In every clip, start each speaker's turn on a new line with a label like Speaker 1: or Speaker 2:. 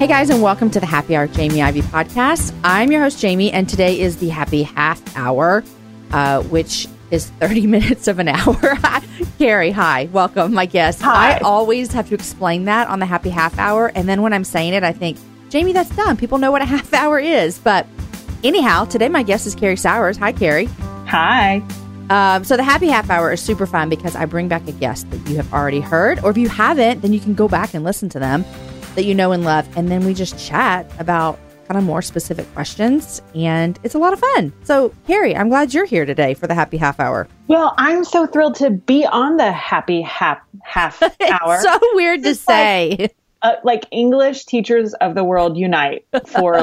Speaker 1: Hey guys, and welcome to the Happy Hour Jamie Ivy podcast. I'm your host, Jamie, and today is the happy half hour, uh, which is 30 minutes of an hour. Carrie, hi, welcome, my guest.
Speaker 2: Hi.
Speaker 1: I always have to explain that on the happy half hour. And then when I'm saying it, I think, Jamie, that's dumb. People know what a half hour is. But anyhow, today my guest is Carrie Sowers. Hi, Carrie.
Speaker 2: Hi.
Speaker 1: Um, so the happy half hour is super fun because I bring back a guest that you have already heard, or if you haven't, then you can go back and listen to them that you know and love, and then we just chat about kind of more specific questions, and it's a lot of fun. So Carrie, I'm glad you're here today for the happy half hour.
Speaker 2: Well, I'm so thrilled to be on the happy half half hour.
Speaker 1: It's so weird to say.
Speaker 2: uh, like English teachers of the world unite for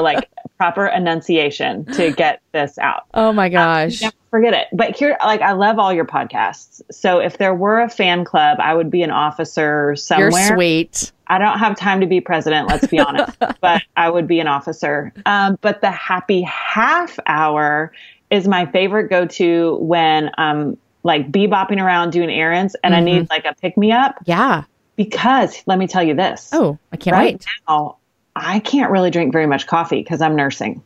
Speaker 2: like proper enunciation to get this out.
Speaker 1: oh my gosh.
Speaker 2: Never forget it. But here, like, I love all your podcasts. So if there were a fan club, I would be an officer somewhere.
Speaker 1: You're sweet.
Speaker 2: I don't have time to be president, let's be honest, but I would be an officer. Um, but the happy half hour is my favorite go to when I'm like bebopping around doing errands and I
Speaker 1: Mm-hmm.
Speaker 2: need like a pick me up
Speaker 1: Yeah.
Speaker 2: because let me tell you this.
Speaker 1: Oh, I can't
Speaker 2: right
Speaker 1: wait.
Speaker 2: now, I can't really drink very much coffee because I'm nursing.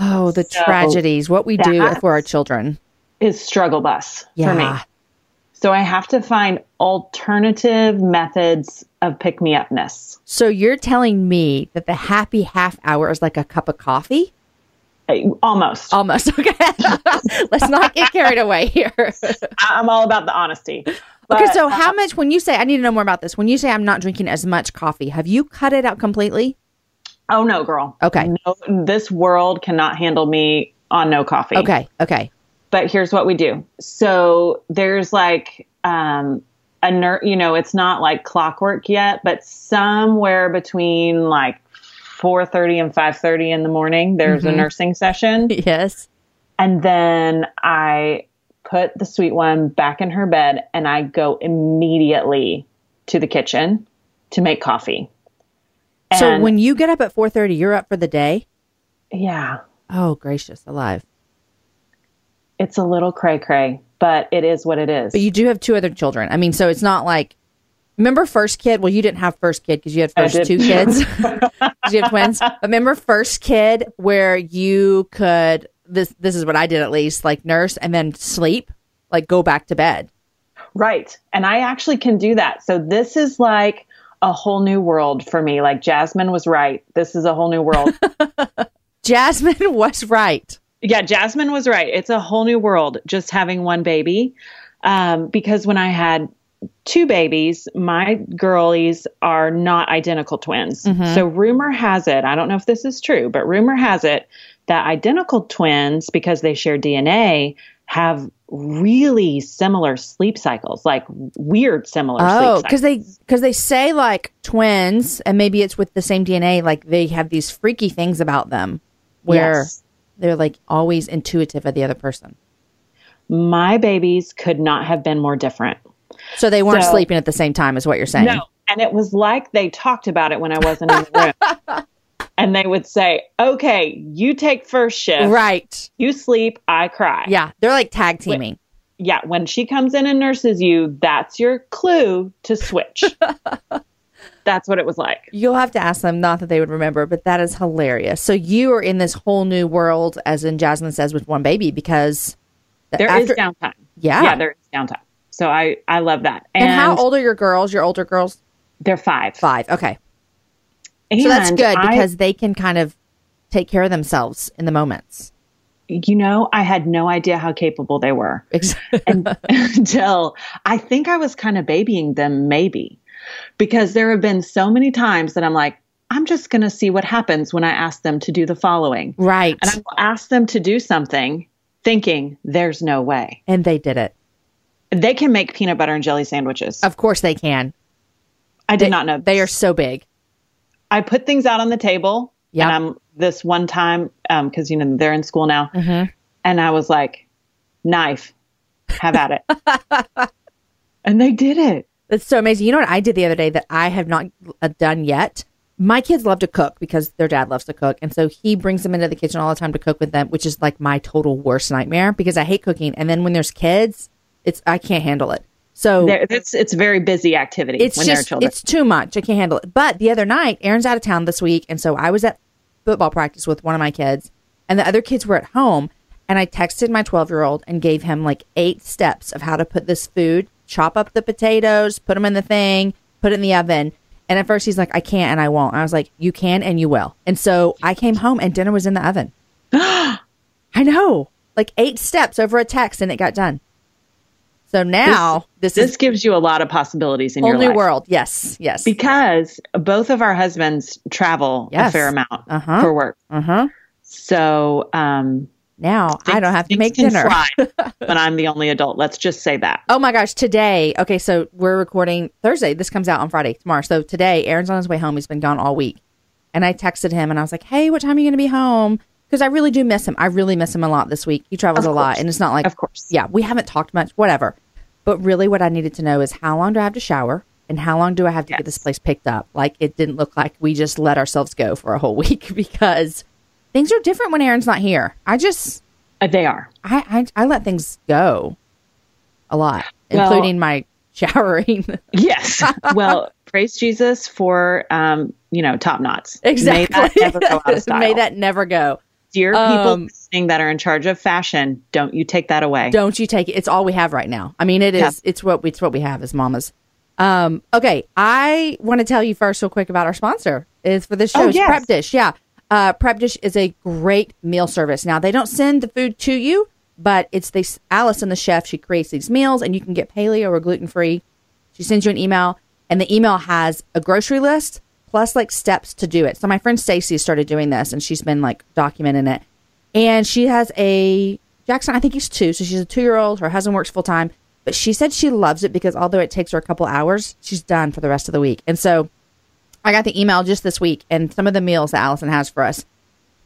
Speaker 1: Oh, the
Speaker 2: So
Speaker 1: tragedies, what we do
Speaker 2: that's-
Speaker 1: for our children.
Speaker 2: Is struggle bus
Speaker 1: Yeah.
Speaker 2: for me. So I have to find alternative methods of pick me upness.
Speaker 1: So you're telling me that the happy half hour is like a cup of coffee?
Speaker 2: Almost.
Speaker 1: Almost. Okay. Let's not get carried away here.
Speaker 2: I- I'm all about the honesty.
Speaker 1: okay.
Speaker 2: But-
Speaker 1: So, how much, when you say, I need to know more about this, when you say I'm not drinking as much coffee, have you cut it out completely?
Speaker 2: Oh no, girl.
Speaker 1: Okay.
Speaker 2: No, this world cannot handle me on no coffee.
Speaker 1: Okay. Okay.
Speaker 2: But here's what we do. So there's like um a ner you know, it's not like clockwork yet, but somewhere between like 4:30 and 5:30 in the morning, there's
Speaker 1: Mm-hmm.
Speaker 2: a nursing session,
Speaker 1: Yes.
Speaker 2: and then I put the sweet one back in her bed and I go immediately to the kitchen to make coffee.
Speaker 1: so,
Speaker 2: And-
Speaker 1: when you get up at 4.30, you're up for the day?
Speaker 2: yeah,
Speaker 1: Oh, gracious, alive.
Speaker 2: it's a little cray cray, but it is what it is.
Speaker 1: But you do have two other children. I mean, so it's not like, remember first kid? Well, you didn't have first kid because you had
Speaker 2: I
Speaker 1: first
Speaker 2: did.
Speaker 1: two kids. 'Cause you have twins. But remember first kid where you could, this, this is what I did at least, like nurse and then sleep, like go back to bed.
Speaker 2: right. And I actually can do that. So this is like a whole new world for me. Like Jasmine was right. This is a whole new world.
Speaker 1: Jasmine was right.
Speaker 2: yeah, Jasmine was right. It's a whole new world just having one baby. Um, because when I had two babies, my girlies are not identical twins. So rumor has it, I don't know if this is true, but rumor has it that identical twins, because they share DNA, have really similar sleep cycles, like weird similar
Speaker 1: Oh,
Speaker 2: sleep cycles.
Speaker 1: because they because they say like twins, and maybe it's with the same DNA. Like they have these freaky things about them, where
Speaker 2: Yes.
Speaker 1: they're like always intuitive of the other person.
Speaker 2: my babies could not have been more different.
Speaker 1: So they weren't
Speaker 2: So-
Speaker 1: sleeping at the same time, is what you're saying?
Speaker 2: No. And it was like they talked about it when I wasn't in the room. And they would say, okay, you take first shift.
Speaker 1: Right?
Speaker 2: You sleep, I cry.
Speaker 1: Yeah, they're like tag teaming.
Speaker 2: Yeah. When she comes in and nurses you, that's your clue to switch. that's what it was like.
Speaker 1: You'll have to ask them. Not that they would remember, but that is hilarious. So you are in this whole new world, as in Jasmine says, with one baby because
Speaker 2: There is
Speaker 1: after-
Speaker 2: downtime.
Speaker 1: Yeah.
Speaker 2: Yeah, there is downtime. So I, I love that. And,
Speaker 1: And how old are your girls? Your older girls,
Speaker 2: They're five.
Speaker 1: five. Okay.
Speaker 2: And
Speaker 1: So that's good
Speaker 2: I-
Speaker 1: because they can kind of take care of themselves in the moments.
Speaker 2: you know, I had no idea how capable they were until I think I was kind of babying them, maybe, because there have been so many times that I'm like, I'm just going to see what happens when I ask them to do the following.
Speaker 1: right.
Speaker 2: And I will ask them to do something thinking there's no way.
Speaker 1: and they did it.
Speaker 2: They can make peanut butter and jelly sandwiches.
Speaker 1: Of course they can.
Speaker 2: I did not know.
Speaker 1: Oh, They are so big.
Speaker 2: I put things out on the table.
Speaker 1: Yeah.
Speaker 2: And I'm this one time, because, you know, they're in school now.
Speaker 1: Mm-hmm.
Speaker 2: And I was like, knife, have at it. and they did it.
Speaker 1: That's so amazing. You know what I did the other day that I have not uh, done yet? My kids love to cook because their dad loves to cook. And so he brings them into the kitchen all the time to cook with them, which is like my total worst nightmare because I hate cooking. And then when there's kids, it's I can't handle it. So
Speaker 2: They're- It's, it's a very busy activity
Speaker 1: it's
Speaker 2: when they're
Speaker 1: just
Speaker 2: children.
Speaker 1: it's too much. I can't handle it. But the other night, Aaron's out of town this week, and so I was at football practice with one of my kids, and the other kids were at home. And I texted my twelve year old and gave him like eight steps of how to put this food: chop up the potatoes, put them in the thing, put it in the oven. And at first, he's like, "I can't and I won't." And I was like, "You can and you will." And so I came home and dinner was in the oven. I know, like eight steps over a text, and it got done. So now this,
Speaker 2: This
Speaker 1: is
Speaker 2: gives you a lot of possibilities in
Speaker 1: whole
Speaker 2: your
Speaker 1: new
Speaker 2: life.
Speaker 1: world. Yes, yes.
Speaker 2: Because both of our husbands travel a
Speaker 1: Yes.
Speaker 2: fair amount
Speaker 1: Uh-huh.
Speaker 2: for work.
Speaker 1: Uh huh.
Speaker 2: So um,
Speaker 1: Now I don't have to
Speaker 2: things
Speaker 1: make
Speaker 2: can
Speaker 1: dinner.
Speaker 2: slide when I'm the only adult. Let's just say that.
Speaker 1: Oh my gosh, today. Okay, so we're recording Thursday. This comes out on Friday, tomorrow. So today, Aaron's on his way home. He's been gone all week. And I texted him and I was like, hey, what time are you going to be home? Because I really do miss him. I really miss him a lot this week. He travels a lot. And it's not like,
Speaker 2: Of course.
Speaker 1: Yeah, we haven't talked much, whatever. But really, what I needed to know is how long do I have to shower and how long do I have to get this place picked up? Like, it didn't look like we just let ourselves go for a whole week because things are different when Aaron's not here. I just,
Speaker 2: Uh, They are.
Speaker 1: I, I I let things go a lot,
Speaker 2: Well-
Speaker 1: including my showering.
Speaker 2: Yes. well, praise Jesus for um, you know top knots. May that
Speaker 1: exactly.
Speaker 2: never go out of style.
Speaker 1: May that never go.
Speaker 2: Dear people
Speaker 1: um,
Speaker 2: listening that are in charge of fashion, don't you take that away.
Speaker 1: Don't you take it? It's all we have right now. I mean, it is.
Speaker 2: Yeah.
Speaker 1: It's what we, it's what we have as mamas. Um, okay, I want to tell you first, real quick, about our sponsor is for this show.
Speaker 2: Oh,
Speaker 1: It's
Speaker 2: yes.
Speaker 1: Prep Dish. Yeah, uh, Prep Dish is a great meal service. Now they don't send the food to you, but it's this Allison, the chef. She creates these meals, and you can get paleo or gluten free. She sends you an email, and the email has a grocery list plus like steps to do it. So my friend Stacy started doing this, and she's been like documenting it. And she has a Jackson. I think he's two, so she's a two-year-old. Her husband works full time, but she said she loves it because although it takes her a couple hours, she's done for the rest of the week. And so I got the email just this week, and some of the meals that Allison has for us.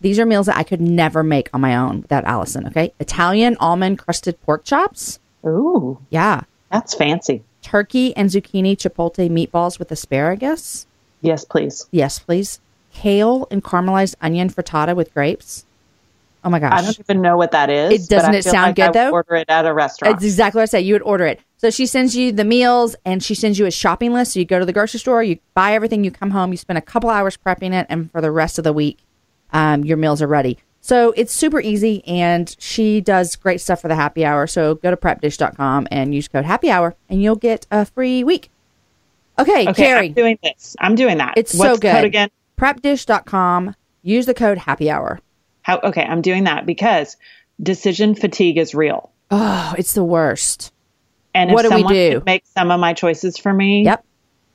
Speaker 1: These are meals that I could never make on my own without Allison. Okay, Italian almond crusted pork chops.
Speaker 2: Ooh,
Speaker 1: Yeah,
Speaker 2: that's fancy.
Speaker 1: turkey and zucchini chipotle meatballs with asparagus.
Speaker 2: Yes, please.
Speaker 1: Yes, please. Kale and caramelized onion frittata with grapes. Oh my gosh.
Speaker 2: I don't even know what that is.
Speaker 1: It- doesn't
Speaker 2: but I
Speaker 1: it
Speaker 2: feel
Speaker 1: sound
Speaker 2: like
Speaker 1: good,
Speaker 2: I would
Speaker 1: though?
Speaker 2: Order it at a restaurant.
Speaker 1: That's exactly what I said. You would order it. So she sends you the meals and she sends you a shopping list. So you go to the grocery store, you buy everything, you come home, you spend a couple hours prepping it, and for the rest of the week, um, your meals are ready. So it's super easy, and she does great stuff for the happy hour. So go to prepdish.com and use code happy hour, and you'll get a free week. Okay,
Speaker 2: okay,
Speaker 1: Carrie.
Speaker 2: I'm doing this. I'm doing that.
Speaker 1: It's so
Speaker 2: What's
Speaker 1: good.
Speaker 2: The code again?
Speaker 1: Prepdish.com. Use the code happy hour.
Speaker 2: How? Okay, I'm doing that because decision fatigue is real.
Speaker 1: Oh, it's the worst.
Speaker 2: And if
Speaker 1: What do we
Speaker 2: someone
Speaker 1: do?
Speaker 2: could make some of my choices for me,
Speaker 1: Yep.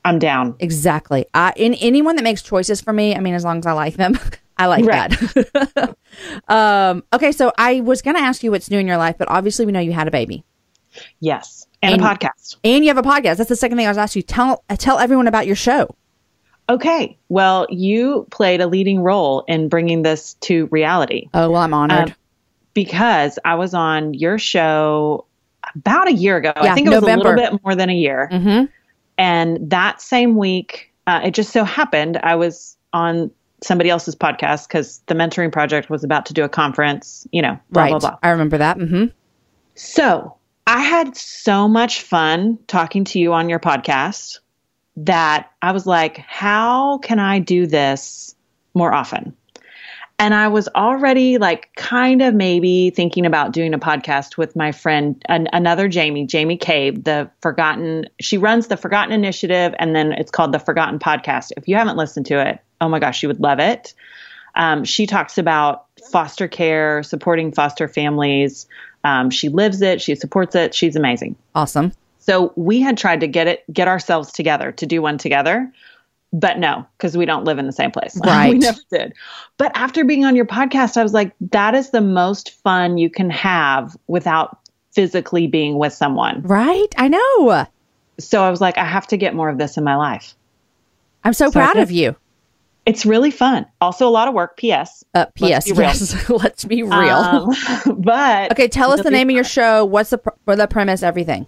Speaker 2: I'm down.
Speaker 1: Exactly. I, in anyone that makes choices for me, I mean, as long as I like them, I like
Speaker 2: Right.
Speaker 1: that. um, okay, so I was going to ask you what's new in your life, but obviously we know you had a baby
Speaker 2: Yes. And,
Speaker 1: And-
Speaker 2: a podcast.
Speaker 1: and you have a podcast. That's the second thing I was asking you. Tell uh, tell everyone about your show.
Speaker 2: Okay. Well, you played a leading role in bringing this to reality
Speaker 1: Oh well, I'm honored.
Speaker 2: Um, because I was on your show about a year ago.
Speaker 1: Yeah,
Speaker 2: I think it was a
Speaker 1: November.
Speaker 2: little bit more than a year.
Speaker 1: Mhm.
Speaker 2: And that same week, uh, it just so happened I was on somebody else's podcast because the Mentoring Project was about to do a conference, you know, blah,
Speaker 1: right.
Speaker 2: blah, blah.
Speaker 1: I remember that. hmm
Speaker 2: So I had so much fun talking to you on your podcast that I was like, how can I do this more often? And I was already like kind of maybe thinking about doing a podcast with my friend, an, another Jamie, Jamie Cave, the Forgotten. She runs the Forgotten Initiative, and then it's called the Forgotten Podcast. If you haven't listened to it, oh my gosh, you would love it. Um, she talks about foster care, supporting foster families. Um, she lives it, she supports it, she's amazing.
Speaker 1: Awesome.
Speaker 2: So we had tried to get it, get ourselves together to do one together, but no, because we don't live in the same place.
Speaker 1: Right.
Speaker 2: we never did. But after being on your podcast, I was like, that is the most fun you can have without physically being with someone.
Speaker 1: Right? I know.
Speaker 2: So I was like, I have to get more of this in my life.
Speaker 1: I'm so, proud
Speaker 2: good.
Speaker 1: of you.
Speaker 2: It's really fun. Also, a lot of work. P.S.
Speaker 1: Uh, P.S.
Speaker 2: Let's be real.
Speaker 1: yes. Let's be real.
Speaker 2: Um, but
Speaker 1: okay, tell us the name of your show. What's the pr- for the premise? Everything.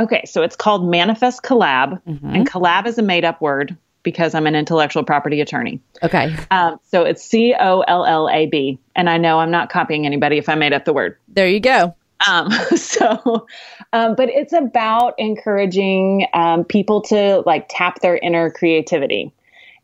Speaker 2: Okay, so it's called Manifest Collab, and collab is a made up word because I'm an intellectual property attorney.
Speaker 1: Okay.
Speaker 2: Um, so it's C O L L A B, and I know I'm not copying anybody if I made up the word.
Speaker 1: There you go.
Speaker 2: Um, so, um, but it's about encouraging um, people to like tap their inner creativity.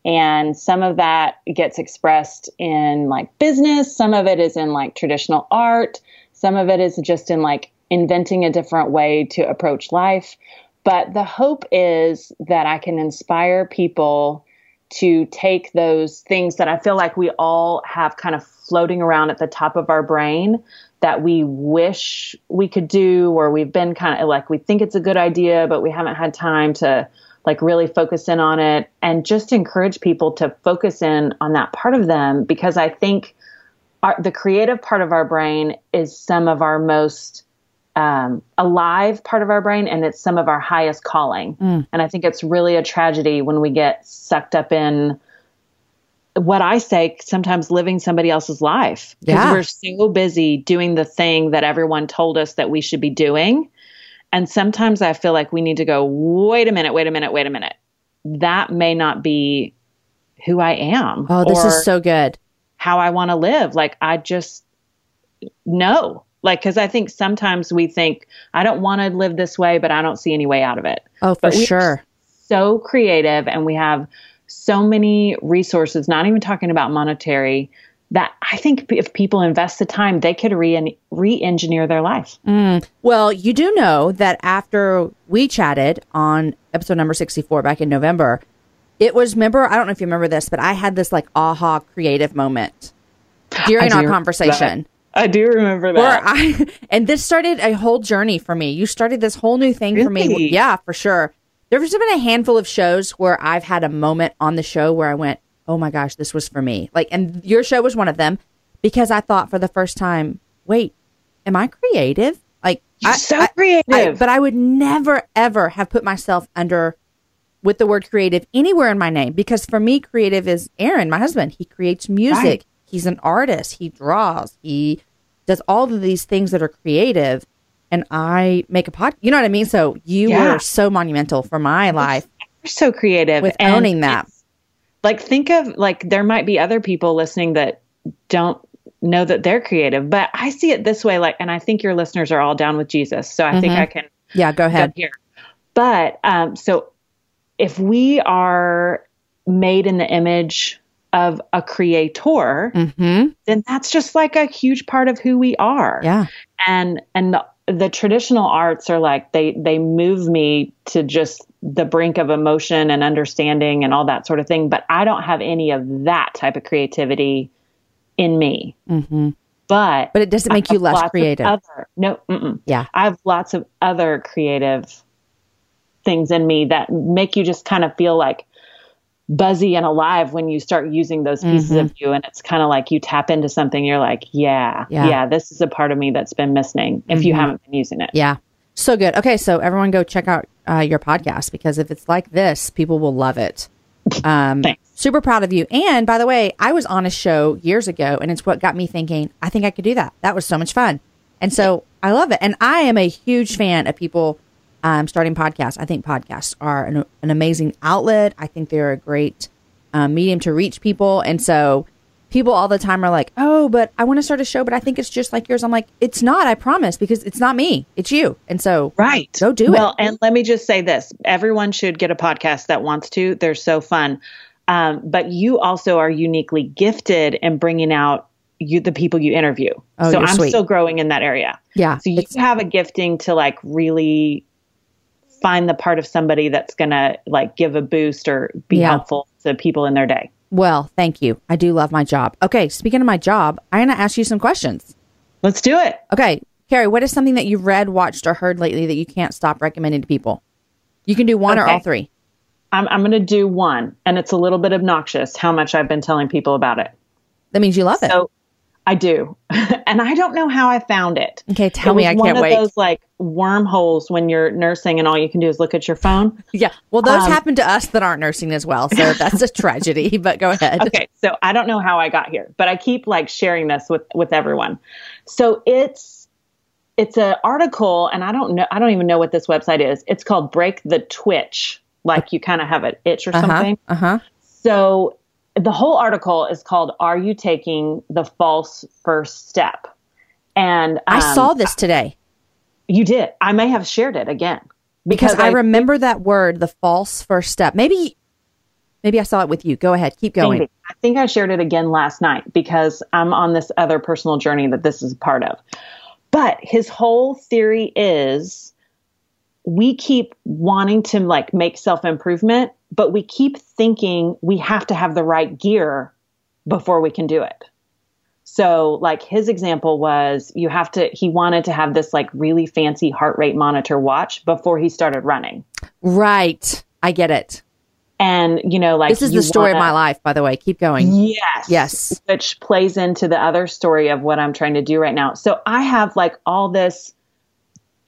Speaker 2: And some of that gets expressed in like business, some of it is in like traditional art, some of it is just in like inventing a different way to approach life. But the hope is that I can inspire people to take those things that I feel like we all have kind of floating around at the top of our brain that we wish we could do, or we've been kind of like we think it's a good idea, but we haven't had time to like really focus in on it and just encourage people to focus in on that part of them because I think our, the creative part of our brain is some of our most um, alive part of our brain and it's some of our highest calling.
Speaker 1: Mm.
Speaker 2: And I think it's really a tragedy when we get sucked up in what I say sometimes living somebody else's life because
Speaker 1: Yeah.
Speaker 2: we're so busy doing the thing that everyone told us that we should be doing. And sometimes I feel like we need to go, wait a minute, wait a minute, wait a minute. That may not be who I am.
Speaker 1: Oh, this
Speaker 2: or-
Speaker 1: is so good.
Speaker 2: how I want to live. Like I just know. Like cuz I think sometimes we think I don't want to live this way but I don't see any way out of it.
Speaker 1: Oh, for
Speaker 2: But we-
Speaker 1: sure.
Speaker 2: So creative and we have so many resources, not even talking about monetary that I think if people invest the time, they could re- re-engineer their life.
Speaker 1: Well, you do know that after we chatted on episode number 64 back in November, it was, remember, I don't know if you remember this, but I had this like aha creative moment during
Speaker 2: I
Speaker 1: our
Speaker 2: do
Speaker 1: conversation.
Speaker 2: I do remember
Speaker 1: Where
Speaker 2: that.
Speaker 1: I, and this started a whole journey for me. You started this whole new thing for me.
Speaker 2: Really?
Speaker 1: Yeah, for sure. There's been a handful of shows where I've had a moment on the show where I went, oh my gosh, this was for me. Like, and your show was one of them because I thought for the first time, wait, am I creative? Like,
Speaker 2: You're
Speaker 1: I-
Speaker 2: so
Speaker 1: I- I-
Speaker 2: creative.
Speaker 1: but I would never, ever have put myself under with the word creative anywhere in my name because for me, creative is Aaron, my husband. He creates music,
Speaker 2: Right.
Speaker 1: he's an artist, he draws, he does all of these things that are creative. And I make a pod, you know what I mean? So you
Speaker 2: Yeah.
Speaker 1: were so monumental for my life
Speaker 2: You're so creative
Speaker 1: with
Speaker 2: and
Speaker 1: owning that.
Speaker 2: like think of like there might be other people listening that don't know that they're creative but i see it this way like and i think your listeners are all down with jesus so i think i can
Speaker 1: Yeah, go
Speaker 2: go
Speaker 1: ahead.
Speaker 2: here but um so if we are made in the image of a creator
Speaker 1: Mm-hmm.
Speaker 2: then that's just like a huge part of who we are
Speaker 1: Yeah.
Speaker 2: and and the, the traditional arts are like they they move me to just the brink of emotion and understanding and all that sort of thing but i don't have any of that type of creativity in me
Speaker 1: Mm-hmm.
Speaker 2: but
Speaker 1: But it doesn't make
Speaker 2: I
Speaker 1: you
Speaker 2: have
Speaker 1: less
Speaker 2: lots of
Speaker 1: creative.
Speaker 2: other, no mm-mm.
Speaker 1: Yeah.
Speaker 2: i have lots of other creative things in me that make you just kind of feel like buzzy and alive when you start using those pieces
Speaker 1: Mm-hmm.
Speaker 2: of you and it's kind of like you tap into something you're like yeah,
Speaker 1: Yeah. Mm-hmm.
Speaker 2: yeah this is a part of me that's been missing if you haven't been using it
Speaker 1: Yeah. So good. Okay. So everyone go check out uh, your podcast because if it's like this, people will love it. Um,
Speaker 2: Thanks.
Speaker 1: super proud of you. And by the way, I was on a show years ago and it's what got me thinking, I think I could do that. That was so much fun. And so I love it. And I am a huge fan of people um, starting podcasts. I think podcasts are an, an amazing outlet. I think they're a great um, medium to reach people. And so people all the time are like, oh, but I want to start a show, but I think it's just like yours. I'm like, it's not, I promise, because it's not me, it's you. And so
Speaker 2: Right.
Speaker 1: Go do it.
Speaker 2: Well, and let me just say this everyone should get a podcast that wants to. They're so fun. Um, but you also are uniquely gifted in bringing out you the people you interview.
Speaker 1: Oh,
Speaker 2: so
Speaker 1: you're
Speaker 2: I'm
Speaker 1: sweet.
Speaker 2: still growing in that area.
Speaker 1: Yeah,
Speaker 2: So you
Speaker 1: it's-
Speaker 2: have a gifting to like really find the part of somebody that's going to like give a boost or be
Speaker 1: Yeah.
Speaker 2: helpful to people in their day.
Speaker 1: Well, thank you. I do love my job. Okay, speaking of my job, I'm going to ask you some questions.
Speaker 2: Let's do it.
Speaker 1: Okay, Carrie, what is something that you've read, watched, or heard lately that you can't stop recommending to people? You can do one or
Speaker 2: Okay.
Speaker 1: all three.
Speaker 2: I'm, I'm going to do one, and it's a little bit obnoxious how much I've been telling people about it.
Speaker 1: That means you love it.
Speaker 2: So I do. and I don't know how I found it.
Speaker 1: Okay, tell
Speaker 2: It
Speaker 1: me.
Speaker 2: was
Speaker 1: I
Speaker 2: one
Speaker 1: can't
Speaker 2: of
Speaker 1: wait.
Speaker 2: those like wormholes when you're nursing and all you can do is look at your phone.
Speaker 1: yeah. Well, those
Speaker 2: Um,
Speaker 1: happen to us that aren't nursing as well. So that's a tragedy, but go ahead.
Speaker 2: okay so i don't know how i got here but i keep like sharing this with with everyone so it's it's an article and i don't know i don't even know what this website is it's called break the twitch like you kind of have an itch or something
Speaker 1: Uh huh.
Speaker 2: so the whole article is called are you taking the false first step and
Speaker 1: I
Speaker 2: um,
Speaker 1: saw this today
Speaker 2: you did i may have shared it again
Speaker 1: because I, remember that word, the false first step. Maybe, maybe I saw it with you. Go ahead. Keep going.
Speaker 2: Maybe. I think I shared it again last night because I'm on this other personal journey that this is a part of. But his whole theory is we keep wanting to like make self improvement, but we keep thinking we have to have the right gear before we can do it. So, like his example was you have to, he wanted to have this like really fancy heart rate monitor watch before he started running.
Speaker 1: Right. I get it.
Speaker 2: And, you know, like
Speaker 1: This is
Speaker 2: you
Speaker 1: the story of
Speaker 2: wanna- Mm-hmm.
Speaker 1: my life, by the way. Keep going.
Speaker 2: Yes.
Speaker 1: Yes.
Speaker 2: Which plays into the other story of what I'm trying to do right now. So I have like all this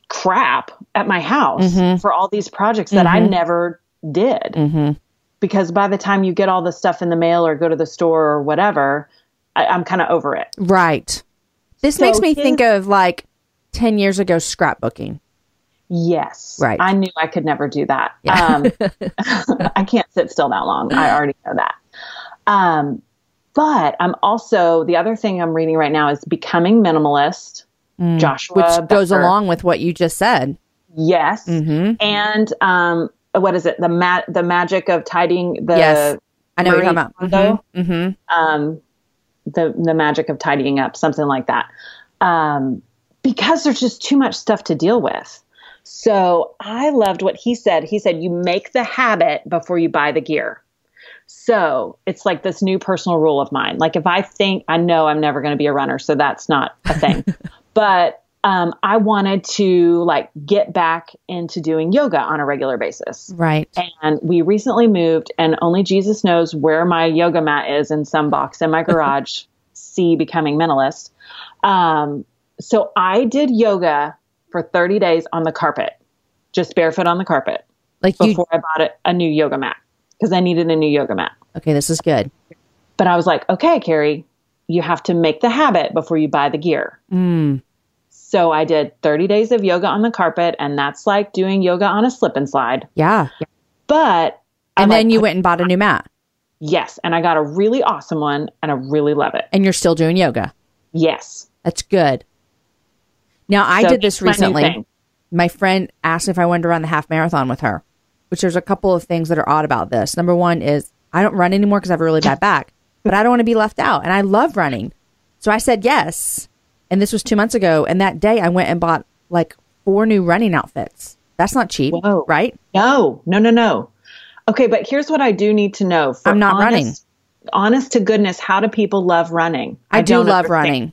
Speaker 2: crap at my house for all these projects that I never did. Because by the time you get all the stuff in the mail or go to the store or whatever, I, I'm kind of over it.
Speaker 1: Right. This
Speaker 2: So
Speaker 1: makes me
Speaker 2: his-
Speaker 1: think of like 10 years ago scrapbooking.
Speaker 2: Yes.
Speaker 1: Right.
Speaker 2: I knew I could never do that. Um, I can't sit still that long. I already know that. Um, but I'm also, the other thing I'm reading right now is Becoming Minimalist,
Speaker 1: Mm.
Speaker 2: Joshua.
Speaker 1: which goes
Speaker 2: Becker.
Speaker 1: along Mm-hmm. with what you just said.
Speaker 2: Yes. And um, what is it? The ma- the magic of tidying the.
Speaker 1: yes, I know what you're
Speaker 2: Marie
Speaker 1: talking about.
Speaker 2: Kondo?
Speaker 1: Mhm, mhm.
Speaker 2: um, the the magic of tidying up, something like that, um, because there's just too much stuff to deal with. So I loved what he said. He said, "You make the habit before you buy the gear." So it's like this new personal rule of mine. Like if I think I know I'm never going to be a runner, so that's not a thing. but um, I wanted to like get back into doing yoga on a regular basis.
Speaker 1: Right.
Speaker 2: And we recently moved, and only Jesus knows where my yoga mat is in some box in my garage. See, becoming mentalist. Um, so I did yoga for 30 days on the carpet, just barefoot on the carpet
Speaker 1: Like you.
Speaker 2: before I bought a, a new yoga mat because I needed a new yoga mat.
Speaker 1: Okay, this is good.
Speaker 2: But I was like, okay, Carrie, you have to make the habit before you buy the gear. So I did 30 days of yoga on the carpet, and that's like doing yoga on a slip and slide.
Speaker 1: Yeah.
Speaker 2: But I,
Speaker 1: And
Speaker 2: like,
Speaker 1: then you went and bought a new mat,
Speaker 2: Yes, and I got a really awesome one, and I really love it.
Speaker 1: and you're still doing yoga.
Speaker 2: Yes,
Speaker 1: That's good. Now I
Speaker 2: So
Speaker 1: did this
Speaker 2: it's my new
Speaker 1: recently.
Speaker 2: thing.
Speaker 1: My friend asked if I wanted to run the half marathon with her, which there's a couple of things that are odd about this. Number one is I don't run anymore because I have a really bad back, but I don't want to be left out, and I love running, so I said yes. And this was two months ago, and that day I went and bought like four new running outfits. That's not cheap,
Speaker 2: Whoa.
Speaker 1: right?
Speaker 2: no, no, no, no. Okay, but here's what I do need to know. For
Speaker 1: I'm not running.
Speaker 2: Honest to goodness, how do people love running?
Speaker 1: I, do
Speaker 2: don't
Speaker 1: love
Speaker 2: understand.
Speaker 1: running.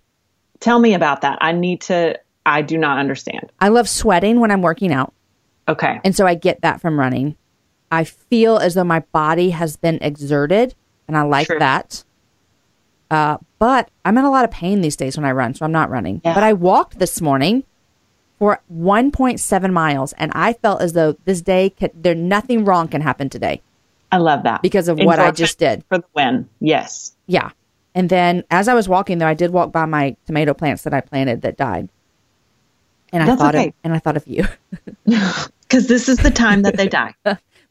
Speaker 2: Tell me about that. I need to. I do not understand.
Speaker 1: I love sweating when I'm working out.
Speaker 2: Okay.
Speaker 1: And so I get that from running. I feel as though my body has been exerted and I like
Speaker 2: Sure.
Speaker 1: that. Uh, but I'm in a lot of pain these days when I run, so I'm not running.
Speaker 2: Yeah.
Speaker 1: But I walked this morning for 1.7 miles and I felt as though this day could, there nothing wrong can happen today.
Speaker 2: I love that
Speaker 1: Because of what I
Speaker 2: Endorphin
Speaker 1: just did.
Speaker 2: for the win. Yes.
Speaker 1: Yeah. And then as I was walking though, I did walk by my tomato plants that I planted that died. And I
Speaker 2: That's
Speaker 1: thought
Speaker 2: okay.
Speaker 1: of and I thought of you.
Speaker 2: Because this is the time that they die.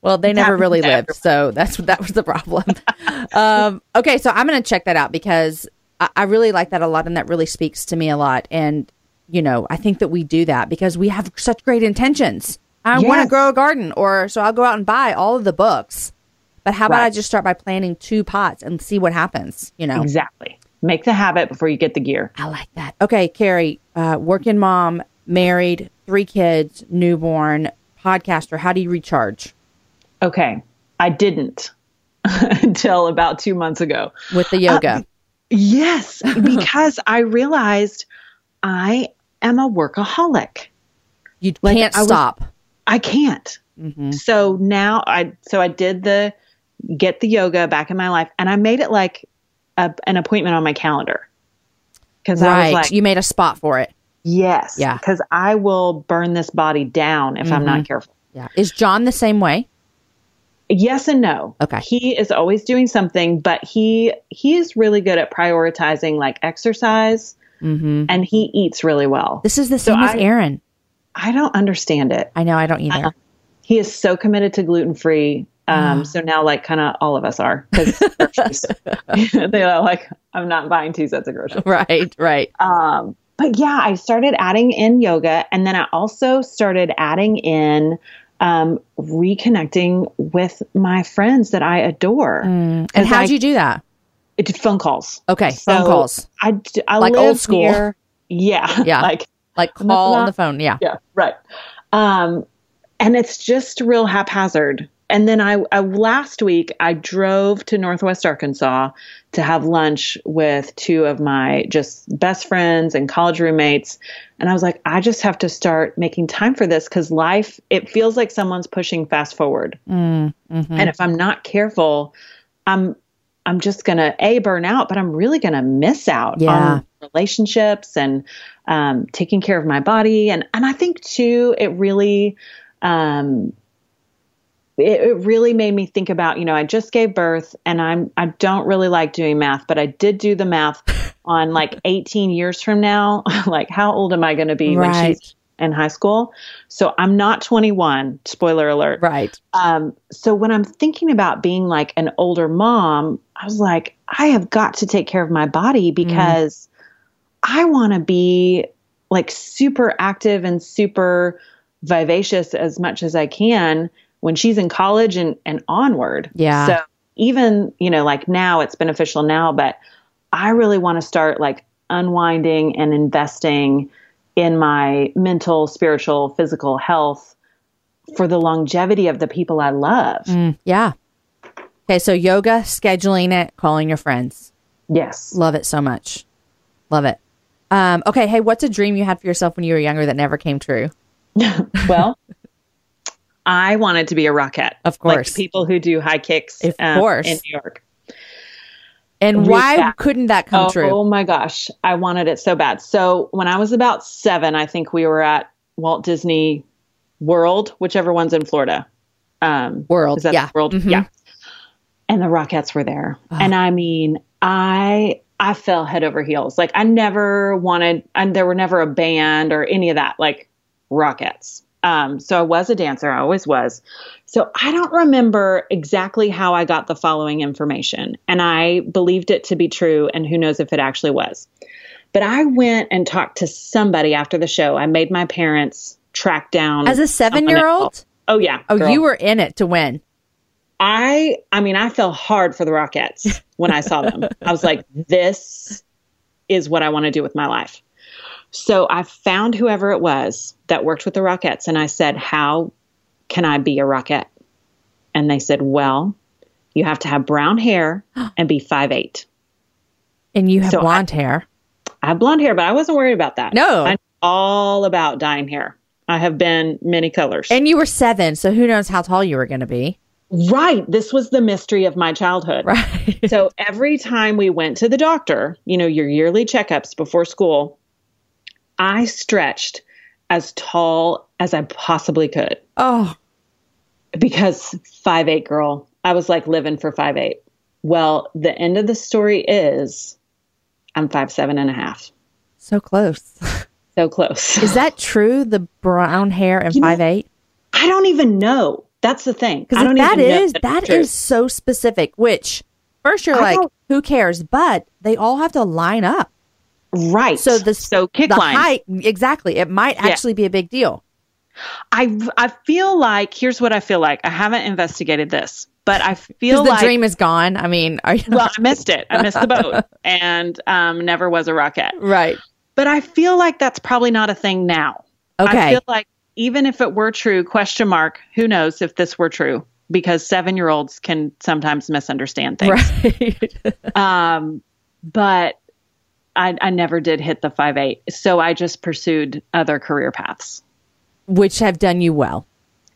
Speaker 1: Well, they never
Speaker 2: happened
Speaker 1: really
Speaker 2: to
Speaker 1: lived, so that's that was the problem. um, okay, so I'm going to check that out because I, I really like that a lot, and that really speaks to me a lot. And you know, I think that we do that because we have such great intentions. I want to
Speaker 2: Yes.
Speaker 1: grow a garden, or so I'll go out and buy all of the books. But how about I
Speaker 2: Right.
Speaker 1: just start by planting two pots and see what happens? You know,
Speaker 2: Exactly. Make the habit before you get the gear.
Speaker 1: I like that. Okay, Carrie, uh, working mom, married, three kids, newborn, podcaster. How do you recharge?
Speaker 2: Okay. I didn't. until about two months ago.
Speaker 1: with the
Speaker 2: Uh,
Speaker 1: yoga.
Speaker 2: Yes, because I realized I am a workaholic.
Speaker 1: you
Speaker 2: like,
Speaker 1: can't
Speaker 2: I was-
Speaker 1: stop.
Speaker 2: I can't.
Speaker 1: Mm-hmm.
Speaker 2: So now I so I did the get the yoga back in my life and I made it like a, an appointment on my calendar. Cuz I
Speaker 1: right.
Speaker 2: was like
Speaker 1: you made a spot for it.
Speaker 2: yes,
Speaker 1: Yeah. Mm-hmm.
Speaker 2: cuz I will burn this body down if I'm not careful.
Speaker 1: Yeah. Is John the same way?
Speaker 2: Yes and no.
Speaker 1: Okay.
Speaker 2: He is always doing something, but he he is really good at prioritizing like exercise
Speaker 1: Mm-hmm.
Speaker 2: and he eats really well.
Speaker 1: This is the same as
Speaker 2: I-
Speaker 1: Aaron.
Speaker 2: I don't understand it.
Speaker 1: I know I don't either.
Speaker 2: He is so committed to gluten free. Um,
Speaker 1: Mm.
Speaker 2: So now, like, kind of all of us are because they're like, I'm not buying two sets of groceries.
Speaker 1: right, right.
Speaker 2: Um, but yeah, I started adding in yoga, and then I also started adding in um, reconnecting with my friends that I adore.
Speaker 1: and how'd
Speaker 2: I-
Speaker 1: you do that?
Speaker 2: It did phone calls.
Speaker 1: Mm. Okay, phone
Speaker 2: So
Speaker 1: calls.
Speaker 2: I, d- I
Speaker 1: Like old
Speaker 2: live
Speaker 1: school.
Speaker 2: near- yeah.
Speaker 1: Yeah.
Speaker 2: Like
Speaker 1: Like
Speaker 2: I'm not-
Speaker 1: call on the phone. Yeah.
Speaker 2: yeah right um and it's just real haphazard and then I, I last week i drove to northwest arkansas to have lunch with two of my just best friends and college roommates and i was like i just have to start making time for this because life it feels like someone's pushing fast forward and if i'm not careful i'm i'm just gonna a burn out but i'm really gonna miss out
Speaker 1: Yeah.
Speaker 2: on relationships and um, taking care of my body and and i think too it really um, it, it really made me think about you know i just gave birth and i'm i don't really like doing math but i did do the math on like 18 years from now like how old am i going to be when
Speaker 1: Right.
Speaker 2: she's in high school so i'm not 21 spoiler alert
Speaker 1: Right.
Speaker 2: um, so when I'm thinking about being like an older mom, I was like, I have got to take care of my body because I want to be like super active and super vivacious as much as I can when she's in college and, and onward.
Speaker 1: Yeah.
Speaker 2: So even, you know, like now it's beneficial now, but I really want to start like unwinding and investing in my mental, spiritual, physical health for the longevity of the people I love.
Speaker 1: Mm, yeah. Okay, so yoga, scheduling it, calling your friends.
Speaker 2: Yes.
Speaker 1: Love it so much. Love it. Um, okay, hey, what's a dream you had for yourself when you were younger that never came true?
Speaker 2: Well, I wanted to be a rockette.
Speaker 1: Of course.
Speaker 2: Like people who do high kicks
Speaker 1: Of
Speaker 2: um,
Speaker 1: course.
Speaker 2: in New York.
Speaker 1: And
Speaker 2: Real
Speaker 1: why
Speaker 2: fast.
Speaker 1: couldn't that come
Speaker 2: oh,
Speaker 1: true?
Speaker 2: my gosh. I wanted it so bad. So when I was about seven, I think we were at Walt Disney World, whichever one's in Florida. Um,
Speaker 1: World,
Speaker 2: Is that the
Speaker 1: yeah.
Speaker 2: World?
Speaker 1: Mhm.
Speaker 2: Yeah. And the Rockettes were there. And I mean, I I fell head over heels. Like I never wanted and there were never a band or any of that, like Rockettes. Um, so I was a dancer, I always was. So I don't remember exactly how I got the following information, and I believed it to be true, and who knows if it actually was. But I went and talked to somebody after the show. I made my parents track down
Speaker 1: As a
Speaker 2: someone
Speaker 1: seven-year-old?
Speaker 2: else. Oh yeah.
Speaker 1: Oh,
Speaker 2: girl.
Speaker 1: you were in it to win.
Speaker 2: I I mean, I fell hard for the Rockettes when I saw them. I was like, this is what I want to do with my life. So I found whoever it was that worked with the Rockettes and I said, How can I be a Rockette? And they said, Well, you have to have brown hair and be five eight.
Speaker 1: And you have
Speaker 2: So I-
Speaker 1: blonde hair.
Speaker 2: I have blonde hair, but I wasn't worried about that.
Speaker 1: No.
Speaker 2: I know all about dyeing hair. I have been many colors.
Speaker 1: And you were seven, so who knows how tall you were going to be.
Speaker 2: right. This was the mystery of my childhood.
Speaker 1: Right.
Speaker 2: so every time we went to the doctor, you know, your yearly checkups before school, I stretched as tall as I possibly could
Speaker 1: Oh,
Speaker 2: because five eight girl, I was like living for five eight. Well, the end of the story is I'm five seven and a half.
Speaker 1: so close.
Speaker 2: So close.
Speaker 1: Is that true? The brown hair and five eight?
Speaker 2: I don't even know. That's the thing. I
Speaker 1: Because if
Speaker 2: don't
Speaker 1: that
Speaker 2: even know
Speaker 1: is
Speaker 2: that it's
Speaker 1: that
Speaker 2: true.
Speaker 1: is so specific. Which first you're
Speaker 2: I
Speaker 1: like,
Speaker 2: don't-
Speaker 1: who cares? But they all have to line up.
Speaker 2: right.
Speaker 1: So the
Speaker 2: so kick
Speaker 1: the
Speaker 2: line.
Speaker 1: height exactly. It might
Speaker 2: Yeah.
Speaker 1: actually be a big deal.
Speaker 2: I I feel like here's what I feel like. I haven't investigated this, but I feel
Speaker 1: Because the
Speaker 2: like
Speaker 1: dream is gone. I mean, are you
Speaker 2: well, I missed it. I missed the boat and um, never was a rocket.
Speaker 1: right?
Speaker 2: But I feel like that's probably not a thing now.
Speaker 1: Okay.
Speaker 2: I feel like even if it were true, question mark, who knows if this were true. because seven year olds can sometimes misunderstand things.
Speaker 1: Right.
Speaker 2: Um, but I, I never did hit the five eight, so I just pursued other career paths.
Speaker 1: Which have done you well.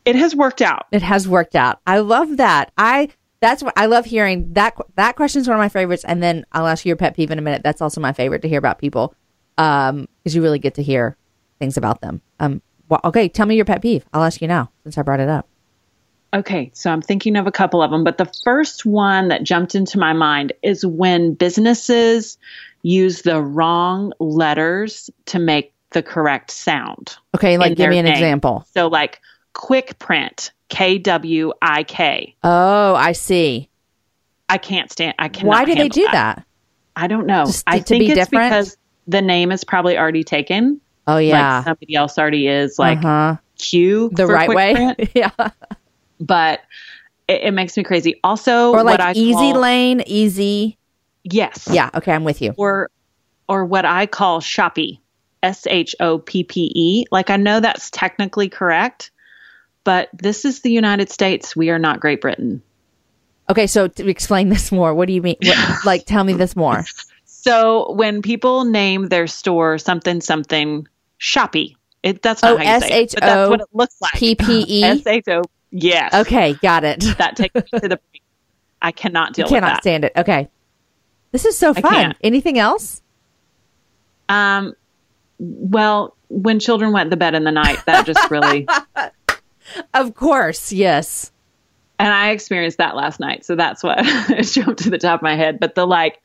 Speaker 2: It has worked out.
Speaker 1: It has worked out. I love that. I that's what I love hearing. That that question is one of my favorites. And then I'll ask you your pet peeve in a minute. That's also my favorite to hear about people, um, because you really get to hear things about them. Um, well, okay, tell me your pet peeve. I'll ask you now since I brought it up.
Speaker 2: Okay, so I'm thinking of a couple of them, but the first one that jumped into my mind is when businesses use the wrong letters to make the correct sound.
Speaker 1: Okay, like
Speaker 2: in
Speaker 1: give
Speaker 2: their
Speaker 1: me an
Speaker 2: name.
Speaker 1: example.
Speaker 2: So, like quick print, K W I K.
Speaker 1: Oh, I see.
Speaker 2: I can't stand. I cannot.
Speaker 1: Why do they
Speaker 2: handle
Speaker 1: do that?
Speaker 2: I don't know.
Speaker 1: Just
Speaker 2: I
Speaker 1: to
Speaker 2: think
Speaker 1: be
Speaker 2: it's
Speaker 1: different?
Speaker 2: because the name is probably already taken.
Speaker 1: Oh yeah.
Speaker 2: Like somebody else already is like
Speaker 1: uh-huh.
Speaker 2: Q
Speaker 1: The
Speaker 2: for
Speaker 1: right
Speaker 2: quick
Speaker 1: way.
Speaker 2: print,
Speaker 1: yeah.
Speaker 2: but it, it makes me crazy. Also,
Speaker 1: Or like
Speaker 2: what I
Speaker 1: easy
Speaker 2: call,
Speaker 1: lane, easy.
Speaker 2: Yes.
Speaker 1: Yeah. Okay, I'm with you.
Speaker 2: Or, or what I call shoppy, S H O P P E. Like I know that's technically correct, but this is the United States. We are not Great Britain.
Speaker 1: Okay, so to explain this more, what do you mean? What, like, tell me this more.
Speaker 2: So when people name their store something something shoppy, it that's
Speaker 1: Oh,
Speaker 2: not how you say it, but that's what it looks like.
Speaker 1: PPE?
Speaker 2: S H O. Yes.
Speaker 1: E? Okay, got it.
Speaker 2: That takes me to the. brink. I cannot deal with
Speaker 1: Cannot
Speaker 2: that.
Speaker 1: stand it. Okay, this is so fun.
Speaker 2: can't.
Speaker 1: Anything else?
Speaker 2: Um, well, when children went to bed in the night, that just really.
Speaker 1: Of course, yes.
Speaker 2: and I experienced that last night. So that's what it jumped to the top of my head. But the like,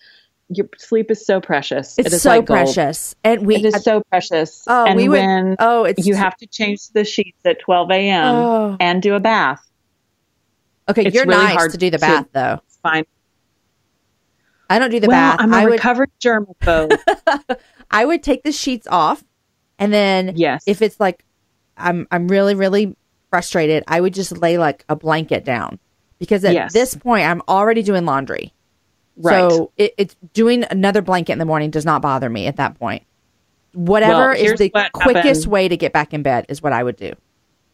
Speaker 2: your sleep is so precious.
Speaker 1: It's
Speaker 2: It is
Speaker 1: so
Speaker 2: like gold.
Speaker 1: precious, and we.
Speaker 2: It is so precious.
Speaker 1: oh,
Speaker 2: and
Speaker 1: we would.
Speaker 2: when
Speaker 1: oh, it's
Speaker 2: you have to change the sheets at 12 a.m.
Speaker 1: Oh.
Speaker 2: and do a bath,
Speaker 1: Okay,
Speaker 2: it's
Speaker 1: you're
Speaker 2: really
Speaker 1: nice
Speaker 2: hard
Speaker 1: to do the
Speaker 2: to-
Speaker 1: bath though.
Speaker 2: it's fine.
Speaker 1: I don't do the
Speaker 2: well,
Speaker 1: bath.
Speaker 2: I'm a
Speaker 1: I would.
Speaker 2: recovering germaphobe.
Speaker 1: I would take the sheets off, and then
Speaker 2: Yes.
Speaker 1: if it's like I'm I'm really really frustrated, I would just lay like a blanket down because at
Speaker 2: Yes.
Speaker 1: this point I'm already doing laundry.
Speaker 2: right.
Speaker 1: So it, it's doing another blanket in the morning does not bother me at that point. Whatever
Speaker 2: Well,
Speaker 1: is
Speaker 2: here's
Speaker 1: the
Speaker 2: what
Speaker 1: quickest
Speaker 2: happened.
Speaker 1: way to get back in bed is what I would do.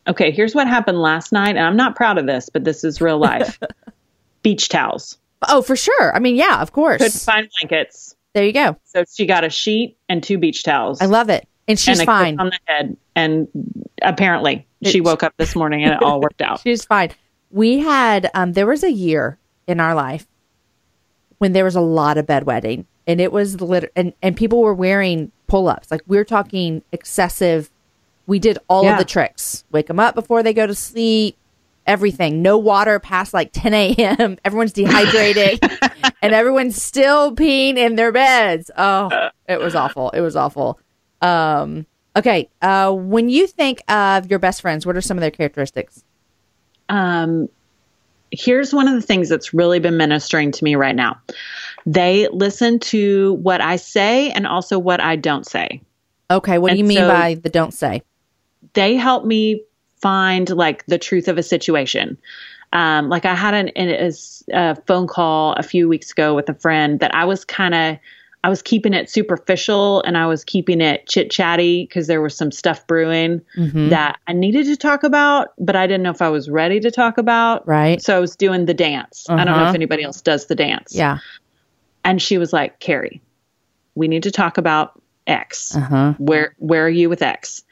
Speaker 2: Okay, here's what happened last night, and I'm not proud of this, but this is real life. Beach towels.
Speaker 1: Oh, for sure. I mean, yeah, of
Speaker 2: Couldn't
Speaker 1: course.
Speaker 2: find blankets.
Speaker 1: There you go.
Speaker 2: So she got a sheet and two beach towels.
Speaker 1: I love it. And
Speaker 2: and
Speaker 1: she's
Speaker 2: a kiss
Speaker 1: fine.
Speaker 2: on the head. And apparently she woke up this morning and it all worked out.
Speaker 1: She's fine. We had um there was a year in our life when there was a lot of bedwetting and it was lit and, and people were wearing pull-ups. Like we're talking excessive we did all
Speaker 2: Yeah.
Speaker 1: of the tricks. Wake them up before they go to sleep, everything. No water past like 10 a.m. Everyone's dehydrated and everyone's still peeing in their beds. Oh, it was awful. It was awful. Um okay, uh when you think of your best friends, what are some of their characteristics?
Speaker 2: Um, here's one of the things that's really been ministering to me right now they listen to what I say and also what I don't say.
Speaker 1: Okay, what do
Speaker 2: And
Speaker 1: you mean
Speaker 2: so-
Speaker 1: by the don't say?
Speaker 2: they help me find like the truth of a situation. Um, like I had an, an a s- a phone call a few weeks ago with a friend that I was kind of I was keeping it superficial and I was keeping it chit chatty because there was some stuff brewing
Speaker 1: Mm-hmm.
Speaker 2: that I needed to talk about, but I didn't know if I was ready to talk about.
Speaker 1: Right.
Speaker 2: So I was doing the dance. I don't know
Speaker 1: Uh-huh.
Speaker 2: if anybody else does the dance.
Speaker 1: Yeah.
Speaker 2: And she was like, Carrie, we need to talk about X.
Speaker 1: Uh-huh.
Speaker 2: Where where are you with X?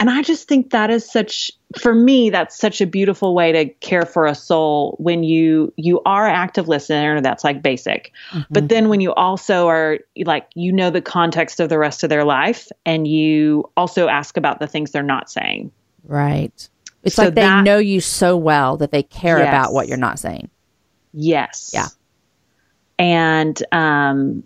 Speaker 2: And I just think that is such for me, that's such a beautiful way to care for a soul when you you are an active listener, that's like basic.
Speaker 1: Mm-hmm.
Speaker 2: But then when you also are like you know the context of the rest of their life and you also ask about the things they're not saying.
Speaker 1: Right. It's
Speaker 2: So
Speaker 1: like they
Speaker 2: that-
Speaker 1: know you so well that they care
Speaker 2: Yes.
Speaker 1: about what you're not saying.
Speaker 2: Yes.
Speaker 1: Yeah.
Speaker 2: And um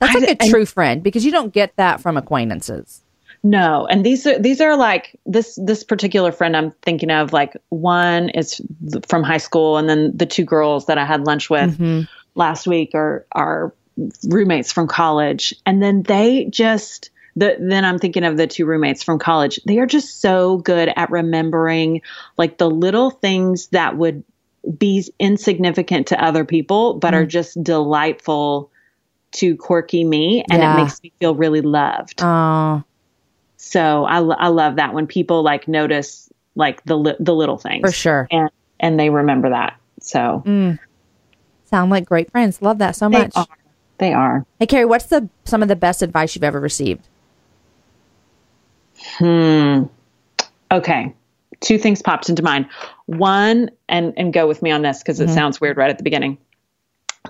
Speaker 1: That's
Speaker 2: I-
Speaker 1: like a
Speaker 2: I-
Speaker 1: true friend because you don't get that from acquaintances.
Speaker 2: No, and these are these are like this this particular friend I'm thinking of. Like one is th- from high school, and then the two girls that I had lunch with last week are are roommates from college, and then they just. The, then I'm thinking of the two roommates from college. They are just so good at remembering like the little things that would be insignificant to other people, but are just delightful to quirky me. And
Speaker 1: Yeah.
Speaker 2: it makes me feel really loved.
Speaker 1: Oh,
Speaker 2: So I, lo- I love that when people like notice like the li- the little things
Speaker 1: for sure.
Speaker 2: and and they remember that. So
Speaker 1: Sound like great friends. Love that so
Speaker 2: they
Speaker 1: much.
Speaker 2: are. They are.
Speaker 1: Hey Carrie, what's the some of the best advice you've ever received?
Speaker 2: Okay. Two things popped into mind. One, and and go with me on this because it
Speaker 1: Mm-hmm.
Speaker 2: sounds weird right at the beginning.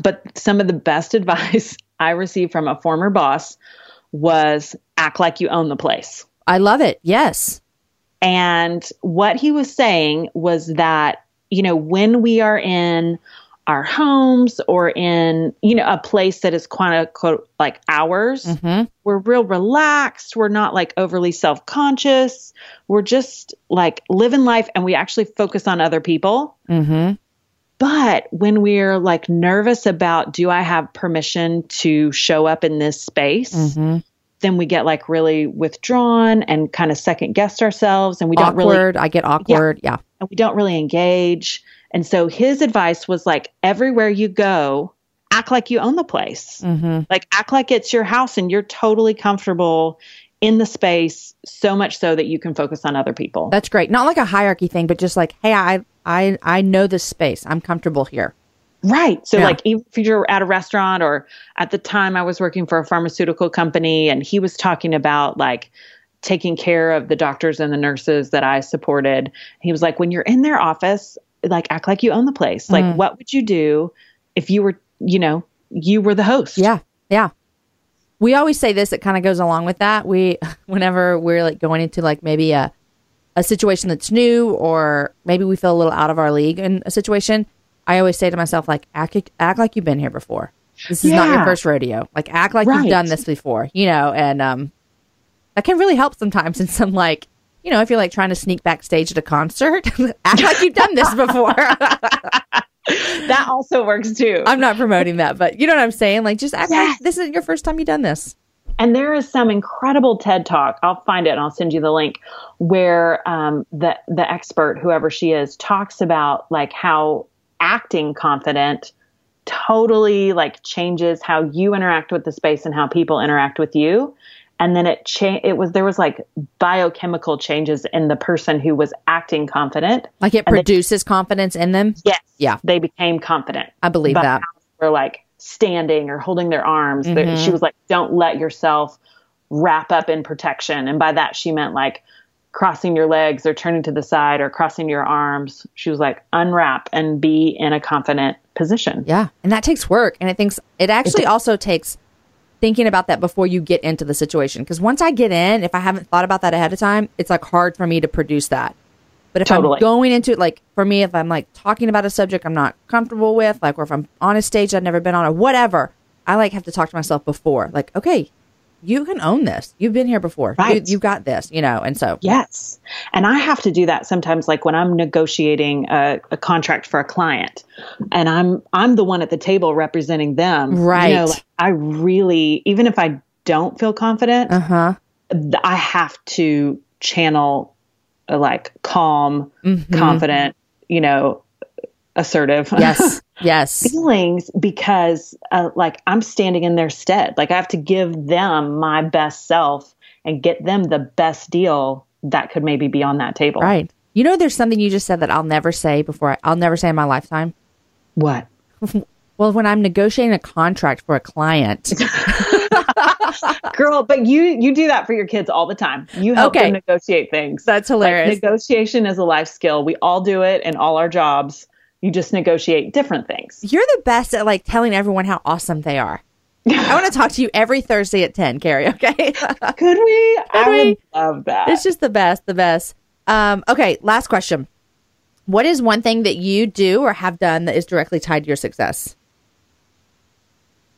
Speaker 2: But some of the best advice I received from a former boss was act like you own the place.
Speaker 1: I love it. Yes.
Speaker 2: And what he was saying was that, you know, when we are in our homes or in, you know, a place that is quote unquote like ours, we're real relaxed. We're not like overly self conscious. We're just like living life and we actually focus on other people. But when we're like nervous about, do I have permission to show up in this space? Then we get like really withdrawn and kind of second guessed ourselves and we don't really
Speaker 1: awkward. I get awkward. Yeah.
Speaker 2: and we don't really engage. And so his advice was like, everywhere you go, act like you own the place. Like, act like it's your house and you're totally comfortable in the space, so much so that you can focus on other people.
Speaker 1: That's great. Not like a hierarchy thing, but just like, hey, I I I know this space. I'm comfortable here.
Speaker 2: Right. So,
Speaker 1: Yeah.
Speaker 2: like, even if you're at a restaurant, or at the time I was working for a pharmaceutical company, and he was talking about like taking care of the doctors and the nurses that I supported. He was like, when you're in their office, like, act like you own the place. Like,
Speaker 1: Mm.
Speaker 2: what would you do if you were, you know, you were the host?
Speaker 1: Yeah. Yeah. We always say this, it kind of goes along with that. We whenever we're like going into like maybe a a situation that's new or maybe we feel a little out of our league in a situation, I always say to myself, like, act act like you've been here before. This is not your
Speaker 2: Yeah.
Speaker 1: first rodeo. Like act like you've
Speaker 2: Right.
Speaker 1: done this before, you know, and um that can really help sometimes in some like you know, if you're like trying to sneak backstage at a concert, act like you've done this before.
Speaker 2: That also works too.
Speaker 1: I'm not promoting that, but you know what I'm saying? Like just act like
Speaker 2: Yes.
Speaker 1: this is your first time you've done this.
Speaker 2: And there is some incredible TED talk. I'll find it and I'll send you the link where um, the the expert, whoever she is, talks about like how acting confident totally like changes how you interact with the space and how people interact with you. And then it cha- it was there was like biochemical changes in the person who was acting confident.
Speaker 1: Like it
Speaker 2: And they-
Speaker 1: produces confidence in them.
Speaker 2: Yes,
Speaker 1: Yeah.
Speaker 2: they became confident.
Speaker 1: I believe
Speaker 2: But
Speaker 1: that.
Speaker 2: Were like standing or holding their arms. There-
Speaker 1: Mm-hmm.
Speaker 2: She was like, "Don't let yourself wrap up in protection." And by that, she meant like crossing your legs or turning to the side or crossing your arms. She was like, "Unwrap and be in a confident position."
Speaker 1: Yeah. And that takes work. And it thinks it actually also takes thinking about that before you get into the situation. Because once I get in, if I haven't thought about that ahead of time, it's like hard for me to produce that. But if
Speaker 2: Totally.
Speaker 1: I'm going into it, like for me, if I'm like talking about a subject I'm not comfortable with, like, or if I'm on a stage I've never been on or whatever, I like have to talk to myself before, like, okay, you can own this. You've been here before. You,
Speaker 2: Right.
Speaker 1: you've got this, you know? And so,
Speaker 2: Yes. And I have to do that sometimes like when I'm negotiating a, a contract for a client and I'm I'm the one at the table representing them. you know,
Speaker 1: Right.
Speaker 2: like, I really even if I don't feel confident,
Speaker 1: Uh-huh.
Speaker 2: th- I have to channel uh, like calm,
Speaker 1: Mm-hmm.
Speaker 2: confident, you know, assertive.
Speaker 1: yes, yes.
Speaker 2: feelings because uh, like i'm standing in their stead like i have to give them my best self and get them the best deal that could maybe be on that table
Speaker 1: Right. You know, there's something you just said that I'll never say before. I, I'll never say in my lifetime.
Speaker 2: what
Speaker 1: Well, when I'm negotiating a contract for a client,
Speaker 2: girl but you you do that for your kids all the time you help
Speaker 1: Okay.
Speaker 2: them negotiate things
Speaker 1: That's
Speaker 2: Like,
Speaker 1: hilarious.
Speaker 2: negotiation is a life skill we all do it in all our jobs you just negotiate different things
Speaker 1: you're the best at like telling everyone how awesome they are. I want to talk to you every Thursday at 10, Carrie. Okay.
Speaker 2: could we i
Speaker 1: we?
Speaker 2: would love that
Speaker 1: it's just the best, the best. Um, okay. Last question. What is one thing that you do or have done that is directly tied to your success?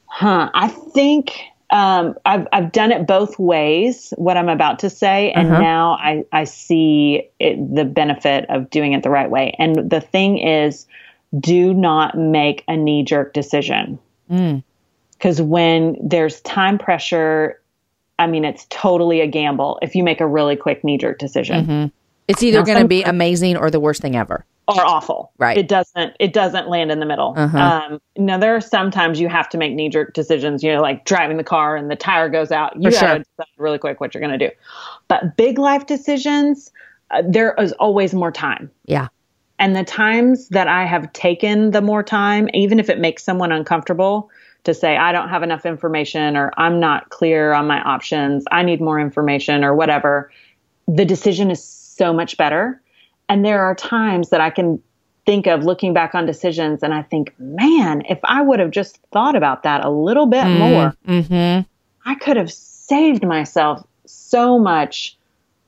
Speaker 2: Huh. I think um, I've I've done it both ways. What I'm about to say, and now I I see it, the benefit of doing it the right way. And the thing is, do not make a knee jerk decision. Because when there's time pressure, I mean, it's totally a gamble if you make a really quick knee jerk decision
Speaker 1: It's either going to be amazing or the worst thing ever.
Speaker 2: are awful.
Speaker 1: Right. Uh-huh.
Speaker 2: It doesn't it doesn't land in the middle. Um, now there are sometimes you have to make knee jerk decisions. You know, like driving the car and the tire goes out. You
Speaker 1: For
Speaker 2: gotta
Speaker 1: sure.
Speaker 2: decide really quick what you're going to do. But big life decisions, uh, there is always more time.
Speaker 1: Yeah.
Speaker 2: And the times that I have taken the more time, even if it makes someone uncomfortable to say, I don't have enough information or I'm not clear on my options, I need more information or whatever, the decision is so much better. And there are times that I can think of looking back on decisions and I think, man, if I would have just thought about that a little bit more, I could have saved myself so much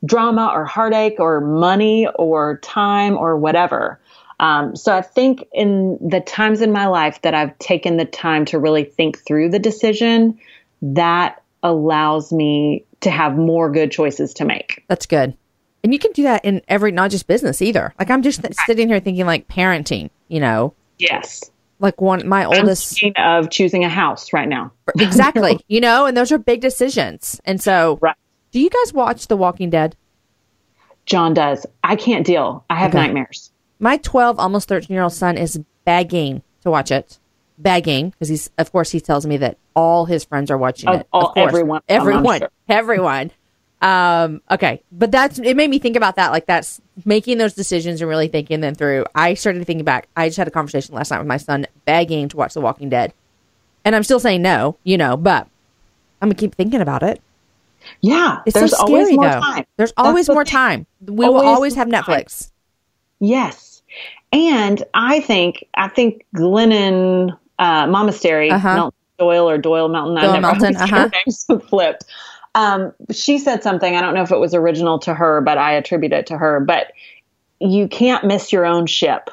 Speaker 2: drama or heartache or money or time or whatever. Um, so I think in the times in my life that I've taken the time to really think through the decision, that allows me to have more good choices to make.
Speaker 1: That's good. And you can do that in every, not just business either. Like I'm just th- sitting here thinking like parenting, you know,
Speaker 2: Yes.
Speaker 1: like one, my oldest.
Speaker 2: Thinking of choosing a house right now.
Speaker 1: exactly. You know, and those are big decisions. And so,
Speaker 2: Right.
Speaker 1: do you guys watch The Walking Dead?
Speaker 2: John does. I can't deal. I have nightmares.
Speaker 1: My 12, almost 13 year old son is begging to watch it. Begging, because he's, of course, he tells me that all his friends are watching
Speaker 2: Of
Speaker 1: it.
Speaker 2: all-
Speaker 1: course.
Speaker 2: everyone, I'm- I'm
Speaker 1: Everyone.
Speaker 2: sure.
Speaker 1: Everyone. Um, okay. But that's, it made me think about that. Like, that's making those decisions and really thinking them through. I started thinking back. I just had a conversation last night with my son begging to watch The Walking Dead. And I'm still saying no, you know, but I'm going to keep thinking about it.
Speaker 2: Yeah.
Speaker 1: It's
Speaker 2: there's
Speaker 1: so scary,
Speaker 2: always more
Speaker 1: though.
Speaker 2: time.
Speaker 1: There's
Speaker 2: That's
Speaker 1: always
Speaker 2: the
Speaker 1: more
Speaker 2: thing.
Speaker 1: time. We
Speaker 2: Always
Speaker 1: will always have
Speaker 2: more time.
Speaker 1: Netflix.
Speaker 2: Yes. And I think I think Glennon uh, Monastery,
Speaker 1: Uh-huh.
Speaker 2: Melton Doyle or Doyle Melton. I
Speaker 1: Doyle
Speaker 2: never
Speaker 1: Melton,
Speaker 2: always get her
Speaker 1: uh-huh.
Speaker 2: names flipped. Um, she said something. I don't know if it was original to her, but I attribute it to her. But you can't miss your own ship.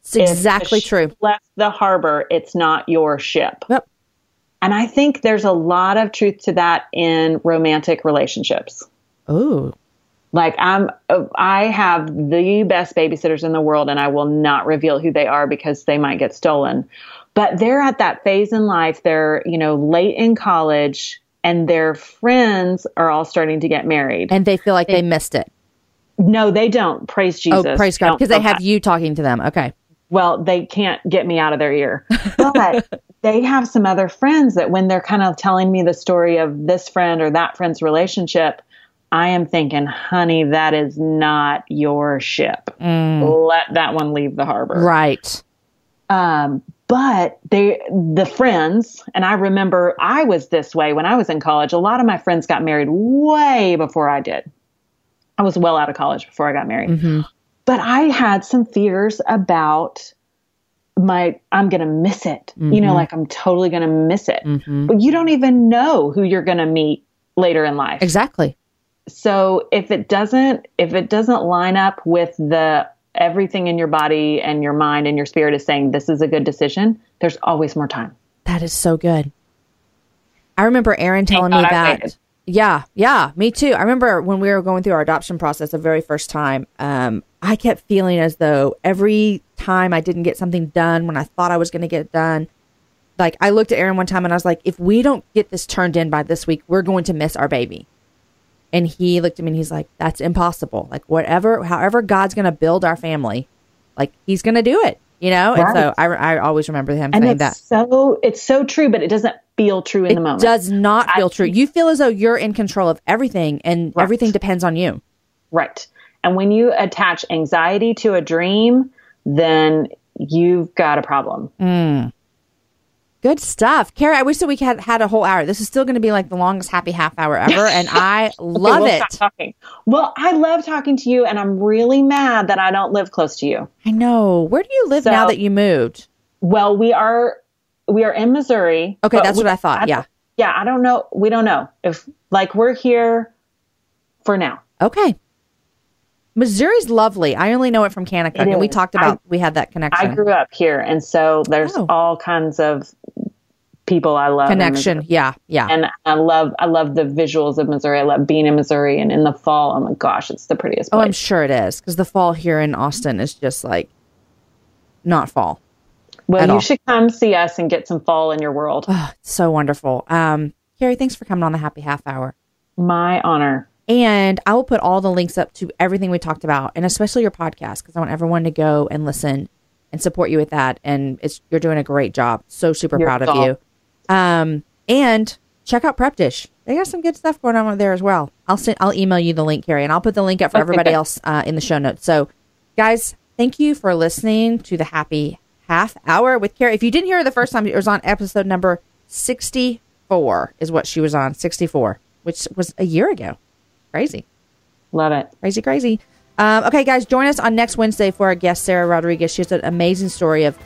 Speaker 1: It's
Speaker 2: If the
Speaker 1: exactly
Speaker 2: ship
Speaker 1: true.
Speaker 2: Left the harbor. It's not your ship.
Speaker 1: Yep.
Speaker 2: And I think there's a lot of truth to that in romantic relationships.
Speaker 1: Oh,
Speaker 2: Like I'm, uh, I have the best babysitters in the world, and I will not reveal who they are because they might get stolen. But they're at that phase in life; they're you know late in college, and their friends are all starting to get married.
Speaker 1: and they feel like they missed it.
Speaker 2: no, they don't. Praise Jesus!
Speaker 1: oh, praise God,
Speaker 2: Don't
Speaker 1: because they
Speaker 2: feel
Speaker 1: have
Speaker 2: bad.
Speaker 1: you talking to them. Okay,
Speaker 2: well, they can't get me out of their ear. But they have some other friends that when they're kind of telling me the story of this friend or that friend's relationship, I am thinking, honey, that is not your ship. Let that one leave the harbor.
Speaker 1: right.
Speaker 2: Um, but they, the friends, and I remember I was this way when I was in college. A lot of my friends got married way before I did. I was well out of college before I got married. But I had some fears about my, I'm going to miss it. You know, like I'm totally going to miss it. But you don't even know who you're going to meet later in life
Speaker 1: Exactly.
Speaker 2: so if it doesn't if it doesn't line up with the everything in your body and your mind and your spirit is saying this is a good decision there's always more time
Speaker 1: That is so good. I remember Aaron telling me
Speaker 2: God I
Speaker 1: that.
Speaker 2: waited.
Speaker 1: Yeah, yeah, me too. I remember when we were going through our adoption process the very first time. Um, I kept feeling as though every time I didn't get something done when I thought I was going to get it done, like I looked at Aaron one time and I was like, if we don't get this turned in by this week, we're going to miss our baby. And he looked at me and he's like, that's impossible. Like, whatever, however, God's going to build our family, like, he's going to do it, you know? And so I, I always remember him
Speaker 2: and
Speaker 1: saying
Speaker 2: it's
Speaker 1: that.
Speaker 2: so it's so true but it doesn't feel true in the moment
Speaker 1: Does not feel true. You feel as though you're in control of everything and everything depends on you.
Speaker 2: right and when you attach anxiety to a dream then you've got a problem
Speaker 1: Good stuff. Carrie, I wish that we had had a whole hour. This is still going to be like the longest happy half hour ever. And I love
Speaker 2: we'll
Speaker 1: it.
Speaker 2: stop talking. well i love talking to you and i'm really mad that i don't live close to you
Speaker 1: I know. Where do you live now
Speaker 2: So-
Speaker 1: that you moved?
Speaker 2: well we are we are in missouri
Speaker 1: Okay,
Speaker 2: but
Speaker 1: that's
Speaker 2: we-
Speaker 1: what I thought.
Speaker 2: I-
Speaker 1: yeah.
Speaker 2: yeah, I don't know. We don't know if like we're here for now.
Speaker 1: Okay. Missouri's lovely. I only know it from Kanakuk.
Speaker 2: It
Speaker 1: And we
Speaker 2: is.
Speaker 1: talked about, we had that connection.
Speaker 2: I grew up here, and so there's
Speaker 1: Oh.
Speaker 2: all kinds of people I love. in
Speaker 1: connection.
Speaker 2: Missouri.
Speaker 1: Yeah. Yeah.
Speaker 2: and I love I love the visuals of Missouri. I love being in Missouri, and in the fall, oh my gosh, it's the prettiest
Speaker 1: oh,
Speaker 2: place.
Speaker 1: I'm sure it is because the fall here in Austin is just like not fall.
Speaker 2: well,
Speaker 1: at
Speaker 2: you
Speaker 1: all.
Speaker 2: should come see us and get some fall in your world.
Speaker 1: So wonderful. Um, Carrie, thanks for coming on the happy half hour.
Speaker 2: my honor.
Speaker 1: And I will put all the links up to everything we talked about, and especially your podcast, because I want everyone to go and listen and support you with that. And it's you're doing a great job. So super
Speaker 2: You're
Speaker 1: proud of
Speaker 2: welcome.
Speaker 1: you. Um, and check out Prep Dish. They got some good stuff going on over there as well. I'll send, I'll email you the link, Carrie, and I'll put the link up for everybody
Speaker 2: good.
Speaker 1: else uh, in the show notes. So, guys, Thank you for listening to the Happy Half Hour with Carrie. If you didn't hear her the first time, it was on episode number 64, is what she was on, 64, which was a year ago. Crazy
Speaker 2: Love it.
Speaker 1: crazy, crazy. Um, okay, guys, join us on next Wednesday for our guest Sarah Rodriguez. She has an amazing story of,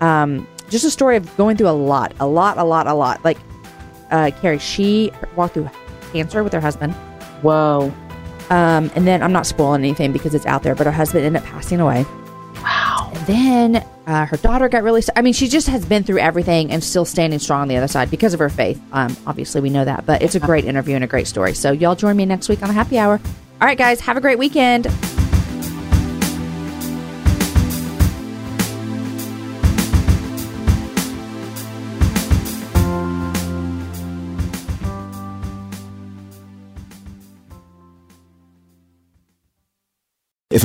Speaker 1: um, just a story of going through a lot, a lot, a lot, a lot. Like uh, Carrie, she walked through cancer with her husband,
Speaker 2: Whoa.
Speaker 1: um, and then I'm not spoiling anything because it's out there. But her husband ended up passing away. Wow. And then uh, her daughter got really. sick. I mean, she just has been through everything and still standing strong on the other side because of her faith. Um, obviously, we know that, but it's a great interview and a great story. So y'all join me next week on the Happy Hour. All right, guys, have a great weekend.
Speaker 3: If